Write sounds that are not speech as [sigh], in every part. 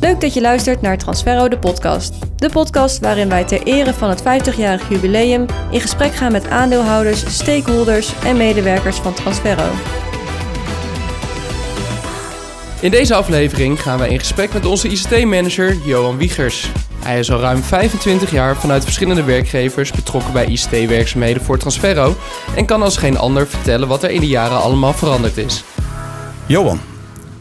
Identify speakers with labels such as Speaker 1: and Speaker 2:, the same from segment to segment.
Speaker 1: Leuk dat je luistert naar Transferro de podcast. De podcast waarin wij ter ere van het 50-jarig jubileum in gesprek gaan met aandeelhouders, stakeholders en medewerkers van Transferro.
Speaker 2: In deze aflevering gaan wij in gesprek met onze ICT-manager Johan Wiegers. Hij is al ruim 25 jaar vanuit verschillende werkgevers betrokken bij ICT-werkzaamheden voor Transferro en kan als geen ander vertellen wat er in de jaren allemaal veranderd is.
Speaker 3: Johan,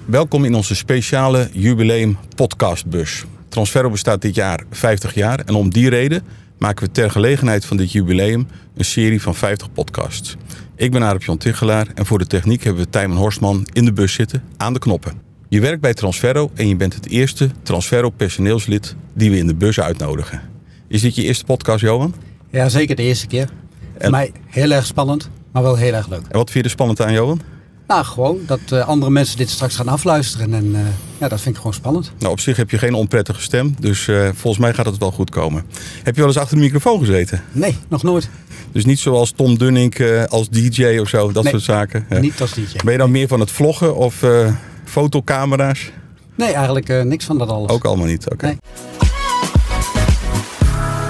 Speaker 3: welkom in onze speciale jubileum podcastbus. Transferro bestaat dit jaar 50 jaar en om die reden maken we ter gelegenheid van dit jubileum een serie van 50 podcasts. Ik ben Arep Jan Tichelaar en voor de techniek hebben we Tijmen Horstman in de bus zitten aan de knoppen. Je werkt bij Transferro en je bent het eerste Transferro personeelslid die we in de bus uitnodigen. Is dit je eerste podcast, Johan?
Speaker 4: Ja, zeker de eerste keer. Voor
Speaker 3: En-
Speaker 4: mij heel erg spannend, maar wel heel erg leuk.
Speaker 3: En wat vind je er spannend aan, Johan?
Speaker 4: Nou, gewoon dat eh, andere mensen dit straks gaan afluisteren. En eh, ja, dat vind ik gewoon spannend.
Speaker 3: Nou, op zich heb je geen onprettige stem, dus eh, volgens mij gaat het wel goed komen. Heb je wel eens achter de microfoon gezeten?
Speaker 4: Nee, nog nooit.
Speaker 3: Dus niet zoals Tom Dunning eh, als DJ of zo, dat
Speaker 4: Nee,
Speaker 3: soort zaken. Ja.
Speaker 4: Niet als DJ.
Speaker 3: Ben je dan meer van het vloggen of eh, fotocamera's?
Speaker 4: Nee, eigenlijk eh, niks van dat alles.
Speaker 3: Ook allemaal niet. Oké.
Speaker 4: Nee.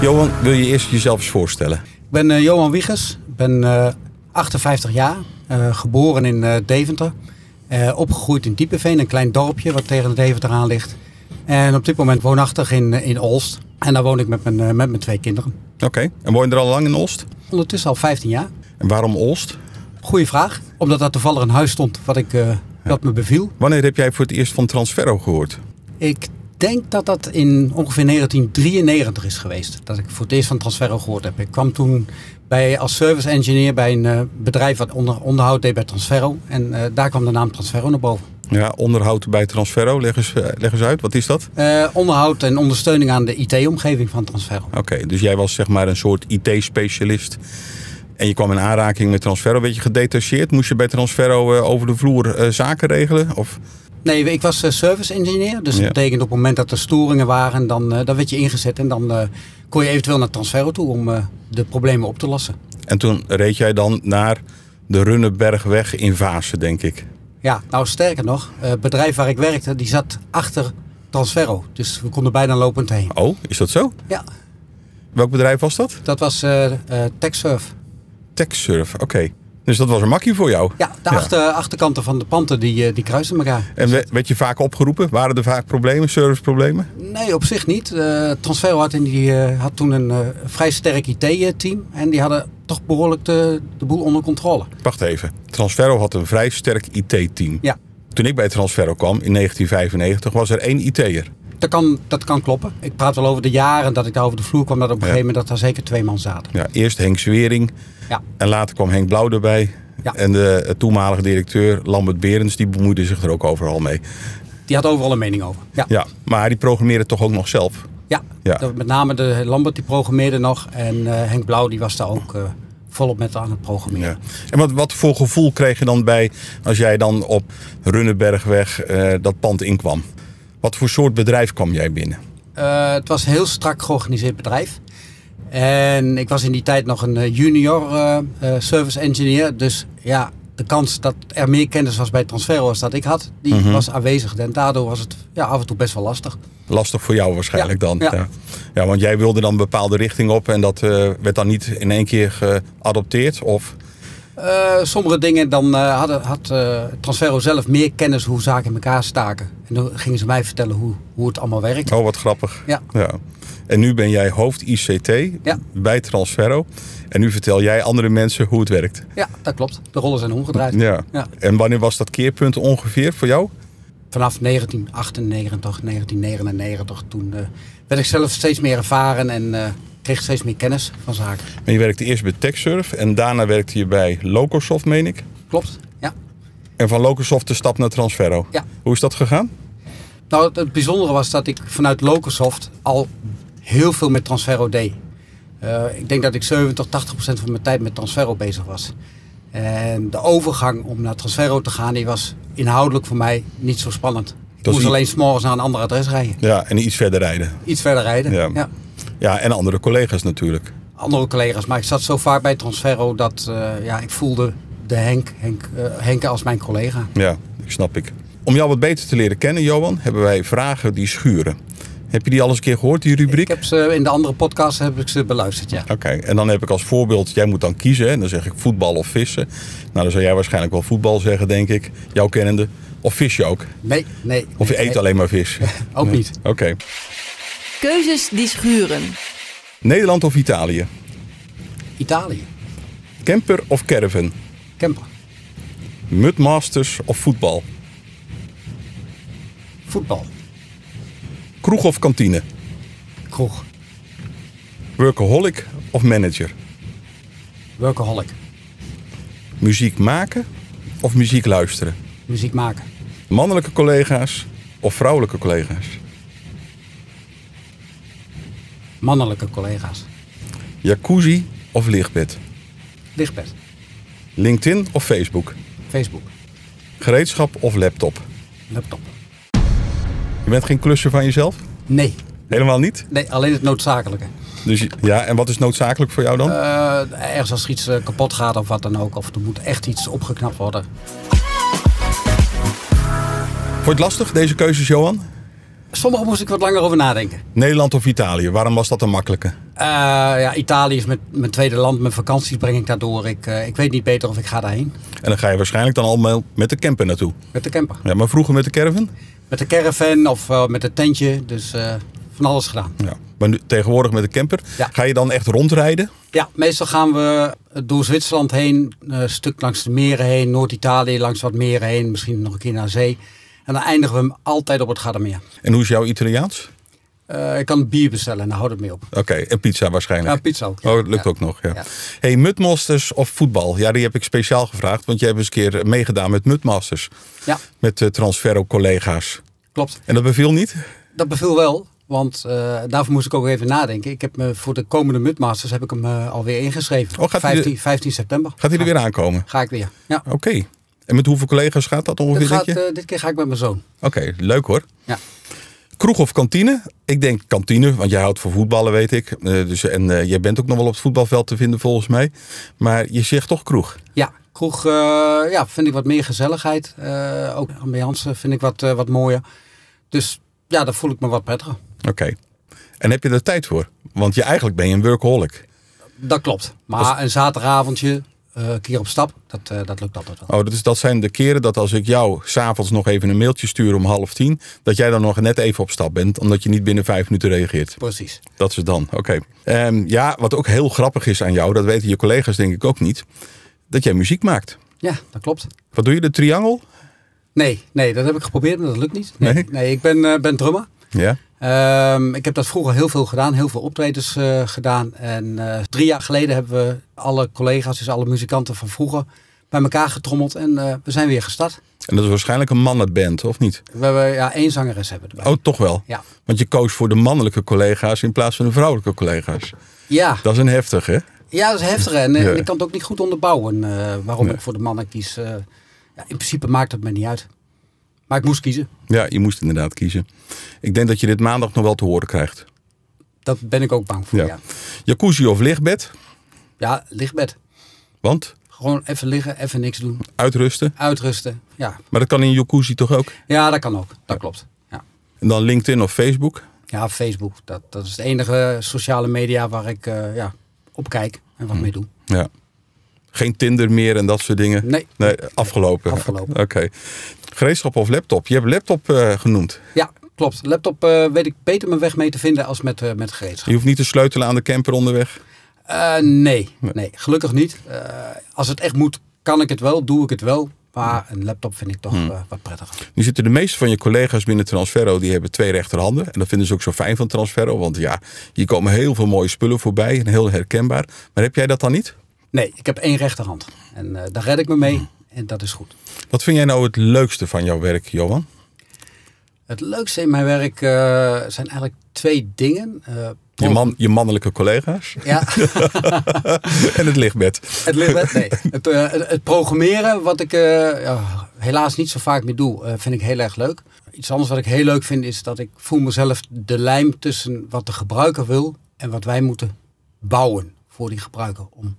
Speaker 3: Johan, wil je eerst jezelf eens voorstellen?
Speaker 4: Ik ben eh, Johan Wiegers. Ik ben eh, 58 jaar. eh, geboren in eh, Deventer. eh, opgegroeid in Diepenveen, een klein dorpje wat tegen de Deventer aan ligt. En op dit moment woonachtig in, eh, in Olst. En daar woon ik met mijn, eh, met mijn twee kinderen.
Speaker 3: Oké. En woon je er al lang in Olst?
Speaker 4: Ondertussen al 15 jaar.
Speaker 3: En waarom Olst?
Speaker 4: Goeie vraag. Omdat daar toevallig een huis stond wat, ik, eh, wat me beviel.
Speaker 3: Wanneer heb jij voor het eerst van Transferro gehoord?
Speaker 4: Ik denk dat dat in ongeveer 1993 is geweest. Dat ik voor het eerst van Transferro gehoord heb. Ik kwam toen bij, als service engineer bij een eh, bedrijf wat onder, onderhoud deed bij Transferro. En eh, daar kwam de naam Transferro naar boven.
Speaker 3: Ja, onderhoud bij Transferro. Leg eens, eh, leg eens uit. Wat is dat?
Speaker 4: Eh, onderhoud en ondersteuning aan de IT-omgeving van Transferro.
Speaker 3: Oké. Dus jij was zeg maar een soort IT-specialist. En je kwam in aanraking met Transferro. Weet je gedetacheerd? Moest je bij Transferro eh, over de vloer eh, zaken regelen? Of...
Speaker 4: Nee, ik was eh, service engineer. Dus
Speaker 3: Ja.
Speaker 4: dat betekent op het moment dat er storingen waren, dan, eh, dan werd je ingezet. En dan eh, kon je eventueel naar Transferro toe om eh, de problemen op te lossen.
Speaker 3: En toen reed jij dan naar de Runnenbergweg in Vaassen, denk ik.
Speaker 4: Ja, nou sterker nog, eh, het bedrijf waar ik werkte, die zat achter Transferro. Dus we konden bijna lopend heen.
Speaker 3: Oh, is dat zo?
Speaker 4: Ja,
Speaker 3: Welk bedrijf was dat?
Speaker 4: dat was eh eh TechSurf.
Speaker 3: TechSurf, oké. Dus dat was een makkie voor jou.
Speaker 4: Ja, de achter- achterkanten van de panten die, eh, die kruisen elkaar.
Speaker 3: En we- werd je vaak opgeroepen? Waren er vaak problemen, serviceproblemen?
Speaker 4: Nee, op zich niet. Eh Transferro had, in die, eh, had toen een eh, vrij sterk IT-team. En die hadden toch behoorlijk de, de boel onder controle.
Speaker 3: Wacht even. Transferro had een vrij sterk IT-team.
Speaker 4: Ja,
Speaker 3: Toen ik bij Transferro kwam in 1995 was er één IT'er.
Speaker 4: dat kan, dat kan kloppen. Ik praat wel over de jaren dat ik daar over de vloer kwam. Dat op een
Speaker 3: Ja.
Speaker 4: gegeven moment dat daar zeker twee man zaten.
Speaker 3: Ja, eerst Henk Zwering
Speaker 4: Ja,
Speaker 3: en later kwam Henk Blauw erbij.
Speaker 4: Ja.
Speaker 3: En de toenmalige directeur Lambert Berends die bemoeide zich er ook overal mee.
Speaker 4: die had overal een mening over. Ja.
Speaker 3: Ja, maar die programmeerde toch ook nog zelf.
Speaker 4: Ja,
Speaker 3: Ja.
Speaker 4: dat- met name de Lambert die programmeerde nog. En eh, Henk Blauw die was daar ook eh, volop met aan het programmeren.
Speaker 3: Ja. En wat, wat voor gevoel kreeg je dan bij als jij dan op Runnenbergweg eh, dat pand inkwam? Wat voor soort bedrijf kwam jij binnen?
Speaker 4: Eh, het was een heel strak georganiseerd bedrijf. En ik was in die tijd nog een eh, junior eh, eh, service engineer. Dus ja, de kans dat er meer kennis was bij Transferro als dat ik had, die was aanwezig. En daardoor was het ja, af en toe best wel lastig.
Speaker 3: Lastig voor jou waarschijnlijk
Speaker 4: Ja,
Speaker 3: dan.
Speaker 4: ja.
Speaker 3: Ja. Ja, want jij wilde dan een bepaalde richting op en dat eh, werd dan niet in één keer geadopteerd. Of
Speaker 4: Eh, sommige dingen dan eh, hadden, had eh, Transferro zelf meer kennis hoe zaken in elkaar staken. En dan gingen ze mij vertellen hoe, hoe het allemaal werkt.
Speaker 3: oh, wat grappig.
Speaker 4: Ja.
Speaker 3: En nu ben jij hoofd ICT
Speaker 4: Ja.
Speaker 3: bij Transferro. En nu vertel jij andere mensen hoe het werkt.
Speaker 4: Ja, dat klopt. De rollen zijn omgedraaid.
Speaker 3: Ja.
Speaker 4: Ja.
Speaker 3: En wanneer was dat keerpunt ongeveer voor jou?
Speaker 4: Vanaf 1998, 1999, toen eh, werd ik zelf steeds meer ervaren en eh, kreeg steeds meer kennis van zaken.
Speaker 3: En je werkte eerst bij TechSurf en daarna werkte je bij Locosoft, meen ik.
Speaker 4: Klopt, ja.
Speaker 3: En van Locosoft de stap naar Transferro.
Speaker 4: Ja.
Speaker 3: Hoe is dat gegaan?
Speaker 4: Nou, het, het bijzondere was dat ik vanuit Locosoft al heel veel met Transferro deed. Eh, ik denk dat ik 70, 80 procent van mijn tijd met Transferro bezig was. En de overgang om naar Transferro te gaan, die was inhoudelijk voor mij niet zo spannend. Ik
Speaker 3: is
Speaker 4: moest
Speaker 3: i-
Speaker 4: alleen s'morgens naar een ander adres rijden.
Speaker 3: Ja, en iets verder rijden.
Speaker 4: Iets verder rijden.
Speaker 3: Ja.
Speaker 4: Ja.
Speaker 3: Ja, en andere collega's natuurlijk.
Speaker 4: andere collega's. Maar ik zat zo vaak bij Transferro dat eh, ja, ik voelde de Henk, Henk, eh, Henk als mijn collega.
Speaker 3: Ja, snap ik. Om jou wat beter te leren kennen, Johan, hebben wij vragen die schuren. Heb je die al eens een keer gehoord, die rubriek?
Speaker 4: Ik heb ze in de andere podcast heb ik ze beluisterd, ja.
Speaker 3: Oké, en dan heb ik als voorbeeld, jij moet dan kiezen. hè. En dan zeg ik voetbal of vissen. Nou, dan zou jij waarschijnlijk wel voetbal zeggen, denk ik. Jouw kennende. Of vis je ook.
Speaker 4: Nee, nee.
Speaker 3: Of je eet
Speaker 4: nee, Oh.
Speaker 3: alleen maar
Speaker 4: [laughs]
Speaker 3: vis.
Speaker 4: Ook niet.
Speaker 3: Oké.
Speaker 1: Keuzes die schuren.
Speaker 3: Nederland of Italië?
Speaker 4: Italië.
Speaker 3: Camper of caravan?
Speaker 4: Camper.
Speaker 3: Mudmasters of voetbal?
Speaker 4: Voetbal.
Speaker 3: Kroeg of kantine?
Speaker 4: Kroeg.
Speaker 3: Workaholic of manager?
Speaker 4: Workaholic.
Speaker 3: Muziek maken of muziek luisteren?
Speaker 4: Muziek maken.
Speaker 3: Mannelijke collega's of vrouwelijke collega's?
Speaker 4: Mannelijke collega's.
Speaker 3: Jacuzzi of lichtbed?
Speaker 4: Lichtbed.
Speaker 3: LinkedIn of Facebook?
Speaker 4: Facebook.
Speaker 3: Gereedschap of laptop?
Speaker 4: Laptop.
Speaker 3: Je bent geen klusser van jezelf?
Speaker 4: Nee.
Speaker 3: Helemaal niet?
Speaker 4: Nee, alleen het noodzakelijke.
Speaker 3: Dus je- ja, en wat is noodzakelijk voor jou dan?
Speaker 4: Eh, ergens als er iets eh, kapot gaat of wat dan ook. Of er moet echt iets opgeknapt worden.
Speaker 3: Vond je het lastig, deze keuzes, Johan?
Speaker 4: Sommige moest ik wat langer over nadenken.
Speaker 3: Nederland of Italië? Waarom was dat een makkelijke?
Speaker 4: Eh, ja, Italië is mijn, mijn tweede land. Mijn vakanties breng ik daardoor. Ik, eh, ik weet niet beter of ik ga daarheen.
Speaker 3: En dan ga je waarschijnlijk dan allemaal met de camper naartoe.
Speaker 4: Met de camper.
Speaker 3: Ja, maar vroeger met de caravan?
Speaker 4: Met de caravan of eh, met het tentje. Dus eh, van alles gedaan.
Speaker 3: Ja. Maar nu, tegenwoordig met de camper.
Speaker 4: Ja.
Speaker 3: Ga je dan echt rondrijden?
Speaker 4: Ja, meestal gaan we door Zwitserland heen. Een stuk langs de meren heen. Noord-Italië langs wat meren heen. Misschien nog een keer naar zee. En dan eindigen we hem altijd op het Gardameer.
Speaker 3: En hoe is jouw Italiaans?
Speaker 4: Eh ik kan bier bestellen en daar houdt het mee op.
Speaker 3: Oké, en pizza waarschijnlijk.
Speaker 4: Ja, Nou, pizza ook.
Speaker 3: Oh, dat lukt
Speaker 4: Ja.
Speaker 3: ook nog, ja.
Speaker 4: Ja.
Speaker 3: Hey, Mudmasters of voetbal? Ja, die heb ik speciaal gevraagd, want jij hebt eens een keer meegedaan met Mudmasters.
Speaker 4: Ja,
Speaker 3: Met eh Transferro-collega's.
Speaker 4: klopt.
Speaker 3: En dat beviel niet?
Speaker 4: Dat beviel wel, want eh, daarvoor moest ik ook even nadenken. Ik heb me voor de komende Mudmasters heb ik hem eh, alweer ingeschreven.
Speaker 3: Oh, gaat hij
Speaker 4: 15, 15 september.
Speaker 3: Gaat hij er weer aankomen?
Speaker 4: Ga ik weer. Ja.
Speaker 3: Oké. En met hoeveel collega's gaat dat ongeveer,
Speaker 4: Dit,
Speaker 3: denk
Speaker 4: gaat,
Speaker 3: je?
Speaker 4: eh, dit keer ga ik met mijn zoon.
Speaker 3: Oké, leuk hoor.
Speaker 4: Ja.
Speaker 3: Kroeg of kantine? Ik denk kantine, want jij houdt voor voetballen, weet ik. Eh, dus, en eh, jij bent ook nog wel op het voetbalveld te vinden, volgens mij. Maar je zegt toch kroeg.
Speaker 4: Ja, kroeg eh, ja, vind ik wat meer gezelligheid. Eh, ook ambiance vind ik wat, eh, wat mooier. Dus ja, daar voel ik me wat prettiger.
Speaker 3: Oké. En heb je er tijd voor? Want je, eigenlijk ben je een workaholic.
Speaker 4: Dat klopt. Maar een zaterdagavondje, eh, een keer op stap, dat, eh, dat lukt altijd wel.
Speaker 3: Oh, dat, is, dat zijn de keren dat als ik jou s'avonds nog even een mailtje stuur om half tien... dat jij dan nog net even op stap bent, omdat je niet binnen vijf minuten reageert.
Speaker 4: Precies.
Speaker 3: Dat is het dan, oké. Ehm, ja, wat ook heel grappig is aan jou, dat weten je collega's denk ik ook niet... dat jij muziek maakt.
Speaker 4: Ja, dat klopt.
Speaker 3: Wat doe je, de triangel?
Speaker 4: Nee, nee, dat heb ik geprobeerd, maar dat lukt niet. Nee,
Speaker 3: Nee?
Speaker 4: nee? ik ben, eh, ben drummer.
Speaker 3: Ja.
Speaker 4: Ehm, ik heb dat vroeger heel veel gedaan, heel veel optredens eh, gedaan. En eh, drie jaar geleden hebben we alle collega's, dus alle muzikanten van vroeger, bij elkaar getrommeld. En eh, we zijn weer gestart.
Speaker 3: En dat is waarschijnlijk een mannenband, of niet?
Speaker 4: We hebben ja, één zangeres hebben erbij.
Speaker 3: Oh, toch wel?
Speaker 4: Ja.
Speaker 3: Want je koos voor de mannelijke collega's in plaats van de vrouwelijke collega's.
Speaker 4: Ja.
Speaker 3: Dat is een heftig, hè?
Speaker 4: ja, dat is heftig. En, eh,
Speaker 3: Ja.
Speaker 4: ik kan het ook niet goed onderbouwen eh, waarom ik voor de mannen kies. Eh, ja, in principe maakt het me niet uit. Maar ik moest kiezen.
Speaker 3: Ja, je moest inderdaad kiezen. Ik denk dat je dit maandag nog wel te horen krijgt.
Speaker 4: Dat ben ik ook bang voor.
Speaker 3: Ja.
Speaker 4: Ja, ja.
Speaker 3: Jacuzzi of lichtbed?
Speaker 4: lichtbed.
Speaker 3: Want
Speaker 4: Gewoon even liggen, even niks doen.
Speaker 3: uitrusten.
Speaker 4: Uitrusten. Ja,
Speaker 3: Maar dat kan in jacuzzi toch ook?
Speaker 4: ja dat kan ook. Dat klopt. Ja.
Speaker 3: En dan LinkedIn of Facebook?
Speaker 4: Ja, Facebook. Dat, dat is de enige sociale media waar ik eh, ja, op kijk en
Speaker 3: Hmm.
Speaker 4: wat mee doe.
Speaker 3: Ja. Geen Tinder meer en dat soort dingen?
Speaker 4: Nee.
Speaker 3: Nee, afgelopen.
Speaker 4: Afgelopen.
Speaker 3: Oké. Gereedschap of laptop? Je hebt laptop eh, genoemd.
Speaker 4: Ja, klopt. Laptop eh, weet ik beter mijn weg mee te vinden als met, eh, met gereedschap.
Speaker 3: Je hoeft niet te sleutelen aan de camper onderweg.
Speaker 4: Eh, nee, nee, gelukkig niet. Eh, als het echt moet, kan ik het wel, doe ik het wel. Maar een laptop vind ik toch
Speaker 3: Hmm.
Speaker 4: eh, wat prettiger.
Speaker 3: Nu zitten de meeste van je collega's binnen Transferro, die hebben twee rechterhanden. En dat vinden ze ook zo fijn van Transferro, want ja, hier komen heel veel mooie spullen voorbij en heel herkenbaar. Maar heb jij dat dan niet?
Speaker 4: Nee, ik heb één rechterhand. En eh, daar red ik me
Speaker 3: Hmm.
Speaker 4: mee. En dat is goed.
Speaker 3: Wat vind jij nou het leukste van jouw werk, Johan?
Speaker 4: Het leukste in mijn werk eh, zijn eigenlijk twee dingen. Eh,
Speaker 3: Je, man, je mannelijke collega's [laughs]
Speaker 4: Ja,
Speaker 3: en het lichtbed.
Speaker 4: Het, ligt- nee. het, eh, het- het programmeren, wat ik eh, ja, helaas niet zo vaak meer doe, eh, vind ik heel erg leuk. Iets anders wat ik heel leuk vind, is dat ik voel mezelf de lijm tussen wat de gebruiker wil en wat wij moeten bouwen voor die gebruiker. Om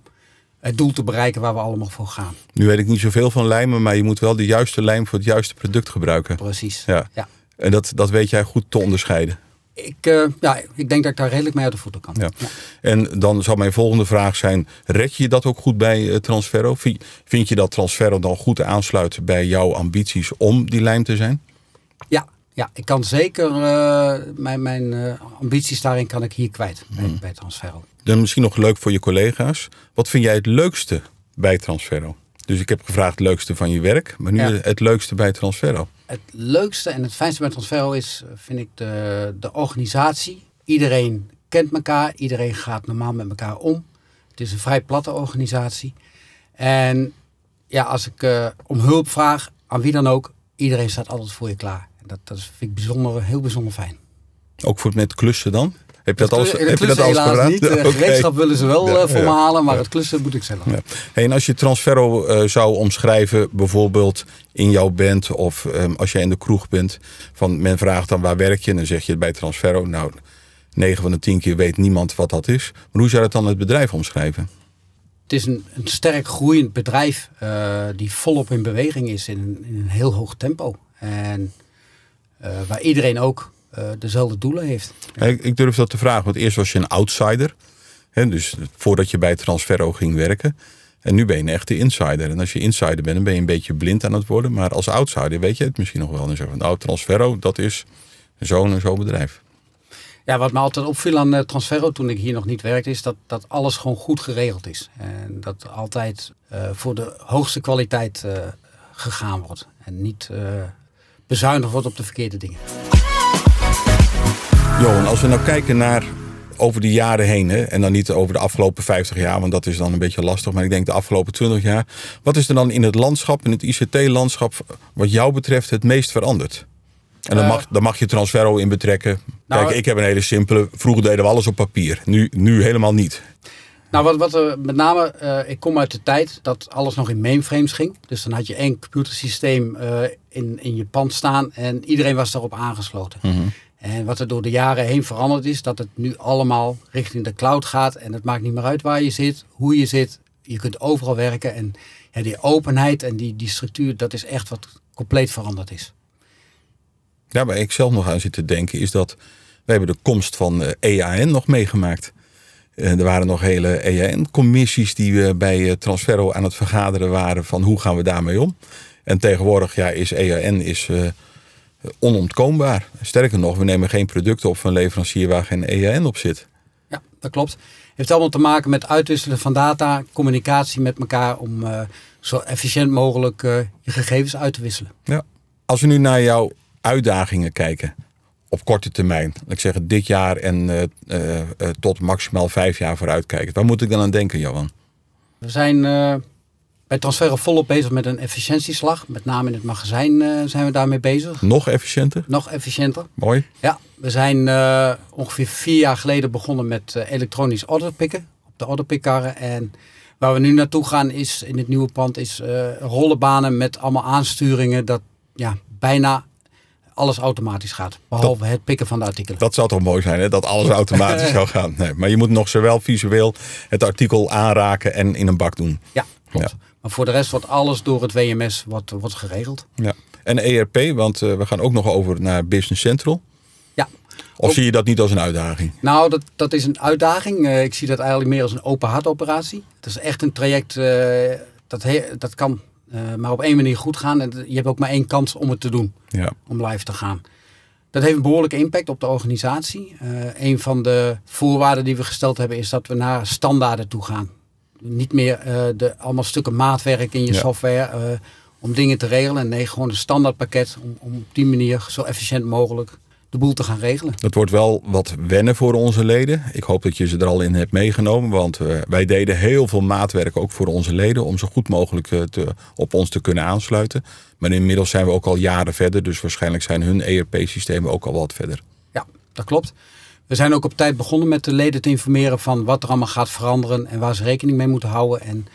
Speaker 4: het doel te bereiken waar we allemaal voor gaan.
Speaker 3: Nu weet ik niet zoveel van lijmen, maar je moet wel de juiste lijm voor het juiste product gebruiken.
Speaker 4: Precies.
Speaker 3: Ja.
Speaker 4: Ja.
Speaker 3: En dat, dat weet jij goed te onderscheiden.
Speaker 4: Ik, eh, ja, ik denk dat ik daar redelijk mee uit de voeten kan.
Speaker 3: Ja. En dan zou mijn volgende vraag zijn: red je dat ook goed bij eh, Transferro? Vi- Vind je dat Transferro dan goed aansluit bij jouw ambities om die lijm te zijn?
Speaker 4: Ja, ja ik kan zeker eh, mijn, mijn eh, ambities daarin kan ik hier kwijt
Speaker 3: Mm.
Speaker 4: bij, bij Transferro.
Speaker 3: Dan misschien nog leuk voor je collega's. Wat vind jij het leukste bij Transferro? Dus ik heb gevraagd het leukste van je werk, maar nu
Speaker 4: Ja.
Speaker 3: het leukste bij Transferro.
Speaker 4: Het leukste en het fijnste bij Transferro is, eh, vind ik, de, de organisatie. Iedereen kent elkaar, iedereen gaat normaal met elkaar om. Het is een vrij platte organisatie. En ja, als ik eh, om hulp vraag, aan wie dan ook, iedereen staat altijd voor je klaar. En dat, dat vind ik bijzonder, heel bijzonder fijn.
Speaker 3: Ook voor met klussen dan? Heb je dat, alles,
Speaker 4: Klu-
Speaker 3: heb je dat
Speaker 4: klussen
Speaker 3: alles
Speaker 4: helaas
Speaker 3: gedaan?
Speaker 4: niet.
Speaker 3: [laughs]
Speaker 4: De
Speaker 3: Oké.
Speaker 4: gereedschap willen ze wel
Speaker 3: Ja,
Speaker 4: eh, voor me
Speaker 3: ja,
Speaker 4: halen, maar het klussen moet ik zelf.
Speaker 3: Ja. Hey, en als je Transferro eh, zou omschrijven, bijvoorbeeld in jouw band of ehm, als jij in de kroeg bent, van men vraagt dan waar werk je en dan zeg je bij Transferro, nou 9 van de 10 keer weet niemand wat dat is. Maar hoe zou dat dan het bedrijf omschrijven?
Speaker 4: Het is een, een sterk groeiend bedrijf eh, die volop in beweging is in, een- in een heel hoog tempo. En eh, waar iedereen ook eh, dezelfde doelen heeft.
Speaker 3: Hey, Ik, ik durf dat te vragen, want eerst was je een outsider, hè, dus voordat je bij Transferro ging werken. En nu ben je een echte insider. En als je insider bent, dan ben je een beetje blind aan het worden. Maar als outsider weet je het misschien nog wel. En dan zeg je van, nou, Transferro, dat is zo'n en zo'n bedrijf.
Speaker 4: Ja, wat me altijd opviel aan eh, Transferro toen ik hier nog niet werkte, is dat, dat alles gewoon goed geregeld is. En dat altijd eh, voor de hoogste kwaliteit eh, gegaan wordt. En niet eh, bezuinigd wordt op de verkeerde dingen.
Speaker 3: Johan, als we nou kijken naar over de jaren heen, hè, en dan niet over de afgelopen 50 jaar, want dat is dan een beetje lastig, maar ik denk de afgelopen 20 jaar. Wat is er dan in het landschap, in het ICT-landschap, wat jou betreft het meest veranderd? En dan
Speaker 4: Eh.
Speaker 3: mag, dan mag je Transferro in betrekken.
Speaker 4: Nou,
Speaker 3: Kijk, ik heb een hele simpele. Vroeger deden we alles op papier. Nu, nu helemaal niet.
Speaker 4: Nou, wat, wat er met name, eh, ik kom uit de tijd dat alles nog in mainframes ging. Dus dan had je één computersysteem eh, in, in je pand staan en iedereen was daarop aangesloten. En wat er door de jaren heen veranderd is, dat het nu allemaal richting de cloud gaat. En het maakt niet meer uit waar je zit, hoe je zit. Je kunt overal werken. En ja, die openheid en die, die structuur, dat is echt wat compleet veranderd is.
Speaker 3: Ja, waar ik zelf nog aan zit te denken is dat we hebben de komst van eh, EAN nog meegemaakt. Eh, Er waren nog hele EAN-commissies die we bij eh, Transferro aan het vergaderen waren van hoe gaan we daarmee om. En tegenwoordig ja, is EAN is, eh, onontkoombaar. Sterker nog, we nemen geen producten op van leverancier waar geen EAN op zit.
Speaker 4: Ja, dat klopt. Heeft allemaal te maken met uitwisselen van data, communicatie met elkaar om eh, zo efficiënt mogelijk eh, je gegevens uit te wisselen.
Speaker 3: Ja. Als we nu naar jouw uitdagingen kijken op korte termijn, laat ik zeggen dit jaar en eh, eh, eh, tot maximaal vijf jaar vooruitkijken, waar moet ik dan aan denken, Johan?
Speaker 4: We zijn eh, bij Transferre volop bezig met een efficiëntieslag. Met name in het magazijn eh, zijn we daarmee bezig.
Speaker 3: Nog efficiënter?
Speaker 4: Nog efficiënter.
Speaker 3: Mooi.
Speaker 4: Ja, we zijn eh, ongeveer vier jaar geleden begonnen met eh, elektronisch orderpikken. Op de orderpikkarren. En waar we nu naartoe gaan is, in het nieuwe pand, is eh, rollenbanen met allemaal aansturingen. Dat ja, bijna alles automatisch gaat. Behalve het pikken van de artikelen.
Speaker 3: Dat zou toch mooi zijn, hè? dat alles [laughs] automatisch zou gaan. Nee, maar je moet nog zowel visueel het artikel aanraken en in een bak doen.
Speaker 4: Ja, klopt.
Speaker 3: Ja.
Speaker 4: Maar voor de rest wordt alles door het WMS wordt, wordt geregeld.
Speaker 3: Ja. En ERP, want eh, we gaan ook nog over naar Business Central.
Speaker 4: Ja,
Speaker 3: Of
Speaker 4: Ook-
Speaker 3: zie je dat niet als een uitdaging?
Speaker 4: Nou, dat, dat is een uitdaging. Eh, ik zie dat eigenlijk meer als een open hartoperatie. Het is echt een traject eh, dat, he- dat kan eh, maar op één manier goed gaan. En je hebt ook maar één kans om het te doen,
Speaker 3: Ja.
Speaker 4: om live te gaan. Dat heeft een behoorlijke impact op de organisatie. Eh, een van de voorwaarden die we gesteld hebben is dat we naar standaarden toe gaan. Niet meer eh, de, allemaal stukken maatwerk in je
Speaker 3: Ja.
Speaker 4: software eh, om dingen te regelen. Nee, gewoon een standaardpakket om, om op die manier zo efficiënt mogelijk de boel te gaan regelen.
Speaker 3: Dat wordt wel wat wennen voor onze leden. Ik hoop dat je ze er al in hebt meegenomen. Want eh, wij deden heel veel maatwerk ook voor onze leden. Om zo goed mogelijk eh, te, op ons te kunnen aansluiten. Maar inmiddels zijn we ook al jaren verder. Dus waarschijnlijk zijn hun ERP-systemen ook al wat verder.
Speaker 4: Ja, dat klopt. We zijn ook op tijd begonnen met de leden te informeren van wat er allemaal gaat veranderen en waar ze rekening mee moeten houden. En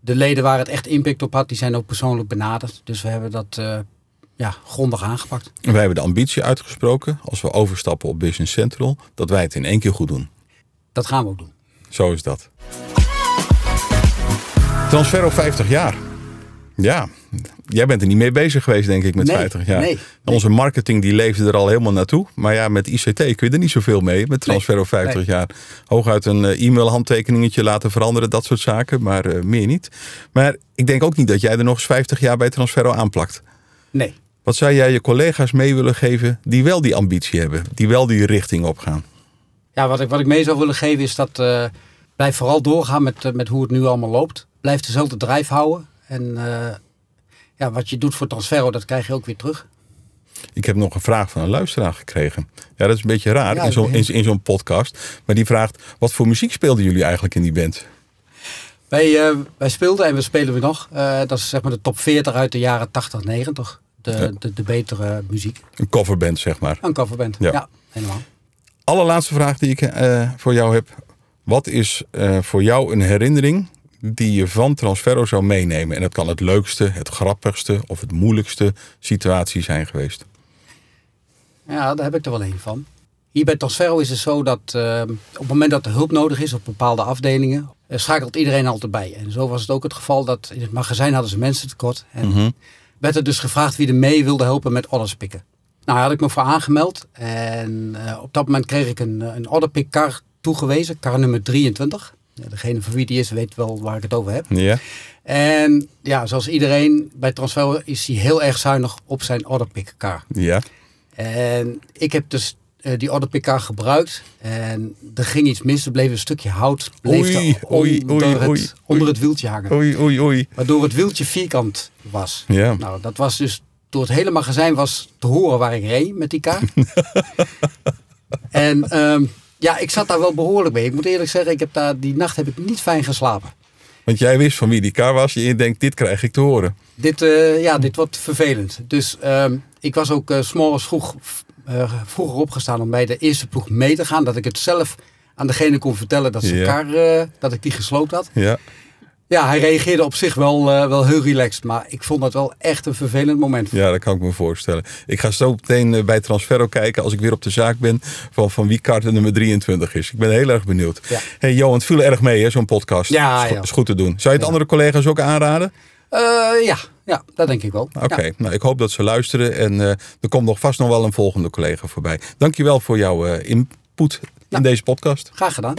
Speaker 4: de leden waar het echt impact op had, die zijn ook persoonlijk benaderd. Dus we hebben dat eh, ja, grondig aangepakt.
Speaker 3: Wij hebben de ambitie uitgesproken, als we overstappen op Business Central, dat wij het in één keer goed doen.
Speaker 4: Dat gaan we ook doen.
Speaker 3: Zo is dat. Transferro 50 jaar. Ja, jij bent er niet mee bezig geweest, denk ik, met
Speaker 4: Nee,
Speaker 3: 50 jaar.
Speaker 4: nee, nee.
Speaker 3: Onze marketing die leefde er al helemaal naartoe. Maar ja, met ICT kun je er niet zoveel mee. Met Transferro 50
Speaker 4: nee.
Speaker 3: jaar. Hooguit een eh, e-mail handtekeningetje laten veranderen, dat soort zaken. Maar eh, meer niet. Maar ik denk ook niet dat jij er nog eens 50 jaar bij Transferro aanplakt.
Speaker 4: Nee.
Speaker 3: Wat zou jij je collega's mee willen geven die wel die ambitie hebben? Die wel die richting opgaan?
Speaker 4: Ja, wat ik, wat ik mee zou willen geven is dat eh, blijf vooral doorgaan met, eh, met hoe het nu allemaal loopt. Blijf dezelfde drijf houden. En eh, ja, wat je doet voor Transferro, dat krijg je ook weer terug.
Speaker 3: Ik heb nog een vraag van een luisteraar gekregen. Ja, dat is een beetje raar
Speaker 4: Ja,
Speaker 3: in zo'n
Speaker 4: ik-
Speaker 3: in, in zo'n podcast. Maar die vraagt, wat voor muziek speelden jullie eigenlijk in die band?
Speaker 4: Wij, eh, wij speelden en we spelen we nog. eh, dat is zeg maar de top 40 uit de jaren 80, 90. De,
Speaker 3: Ja.
Speaker 4: de, de betere muziek.
Speaker 3: Een coverband, zeg maar.
Speaker 4: Een coverband.
Speaker 3: Ja.
Speaker 4: Ja. helemaal.
Speaker 3: Allerlaatste vraag die ik eh, voor jou heb. Wat is eh, voor jou een herinnering die je van Transferro zou meenemen? En dat kan het leukste, het grappigste of het moeilijkste situatie zijn geweest.
Speaker 4: Ja, daar heb ik er wel een van. Hier bij Transferro is het zo dat eh, op het moment dat er hulp nodig is op bepaalde afdelingen, eh, schakelt iedereen altijd bij. En zo was het ook het geval dat in het magazijn hadden ze mensen tekort. En
Speaker 3: Mhm.
Speaker 4: werd er dus gevraagd wie er mee wilde helpen met orderspikken. Nou, daar had ik me voor aangemeld. En eh, op dat moment kreeg ik een, eh, een orderpikkar toegewezen, kar nummer 23. Ja, degene van wie die is weet wel waar ik het over heb.
Speaker 3: Ja?
Speaker 4: En ja, zoals iedereen bij Transferro is hij heel erg zuinig op zijn orderpikkar.
Speaker 3: Ja?
Speaker 4: En ik heb dus eh, die order PK gebruikt. En er ging iets mis. Er bleef een stukje hout bleef er
Speaker 3: Oei, oei,
Speaker 4: onder,
Speaker 3: oei,
Speaker 4: het,
Speaker 3: oei.
Speaker 4: onder het wieltje hangen.
Speaker 3: Oei, oei, oei.
Speaker 4: Waardoor het wieltje vierkant was.
Speaker 3: Ja.
Speaker 4: Nou, dat was dus door het hele magazijn was te horen waar ik reed met die
Speaker 3: [laughs]
Speaker 4: kaart. en ehm, ja, ik zat daar wel behoorlijk mee. Ik moet eerlijk zeggen, ik heb daar, die nacht heb ik niet fijn geslapen.
Speaker 3: Want jij wist van wie die kar was. Je denkt, dit krijg ik te horen.
Speaker 4: Dit, eh, ja, dit wordt vervelend. Dus ehm, ik was ook eh, 's s'morgens vroeg, eh, vroeger opgestaan om bij de eerste ploeg mee te gaan. Dat ik het zelf aan degene kon vertellen dat, ze
Speaker 3: Ja.
Speaker 4: elkaar, eh, dat ik die gesloopt had.
Speaker 3: Ja.
Speaker 4: Ja, hij reageerde op zich wel, eh, wel heel relaxed. Maar ik vond dat wel echt een vervelend moment.
Speaker 3: Ja, dat kan ik me voorstellen. Ik ga zo meteen eh, bij Transferro kijken als ik weer op de zaak ben van, van wie kaart nummer 23 is. Ik ben heel erg benieuwd.
Speaker 4: Ja.
Speaker 3: Hey Johan, het viel erg mee hè, zo'n podcast.
Speaker 4: Ja,
Speaker 3: is, goed,
Speaker 4: ja.
Speaker 3: is goed te doen. Zou je het andere collega's ook aanraden?
Speaker 4: Eh, ja, ja, dat denk ik wel.
Speaker 3: Oké,
Speaker 4: Ja.
Speaker 3: nou ik hoop dat ze luisteren en eh, er komt nog vast nog wel een volgende collega voorbij. Dankjewel voor jouw eh, input in
Speaker 4: Ja.
Speaker 3: deze podcast.
Speaker 4: Graag gedaan.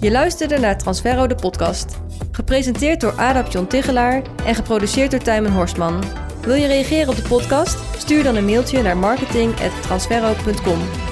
Speaker 1: Je luisterde naar Transferro de podcast. Gepresenteerd door Adap John Tigelaar en geproduceerd door Tijmen Horstman. Wil je reageren op de podcast? Stuur dan een mailtje naar marketing.transferro.com.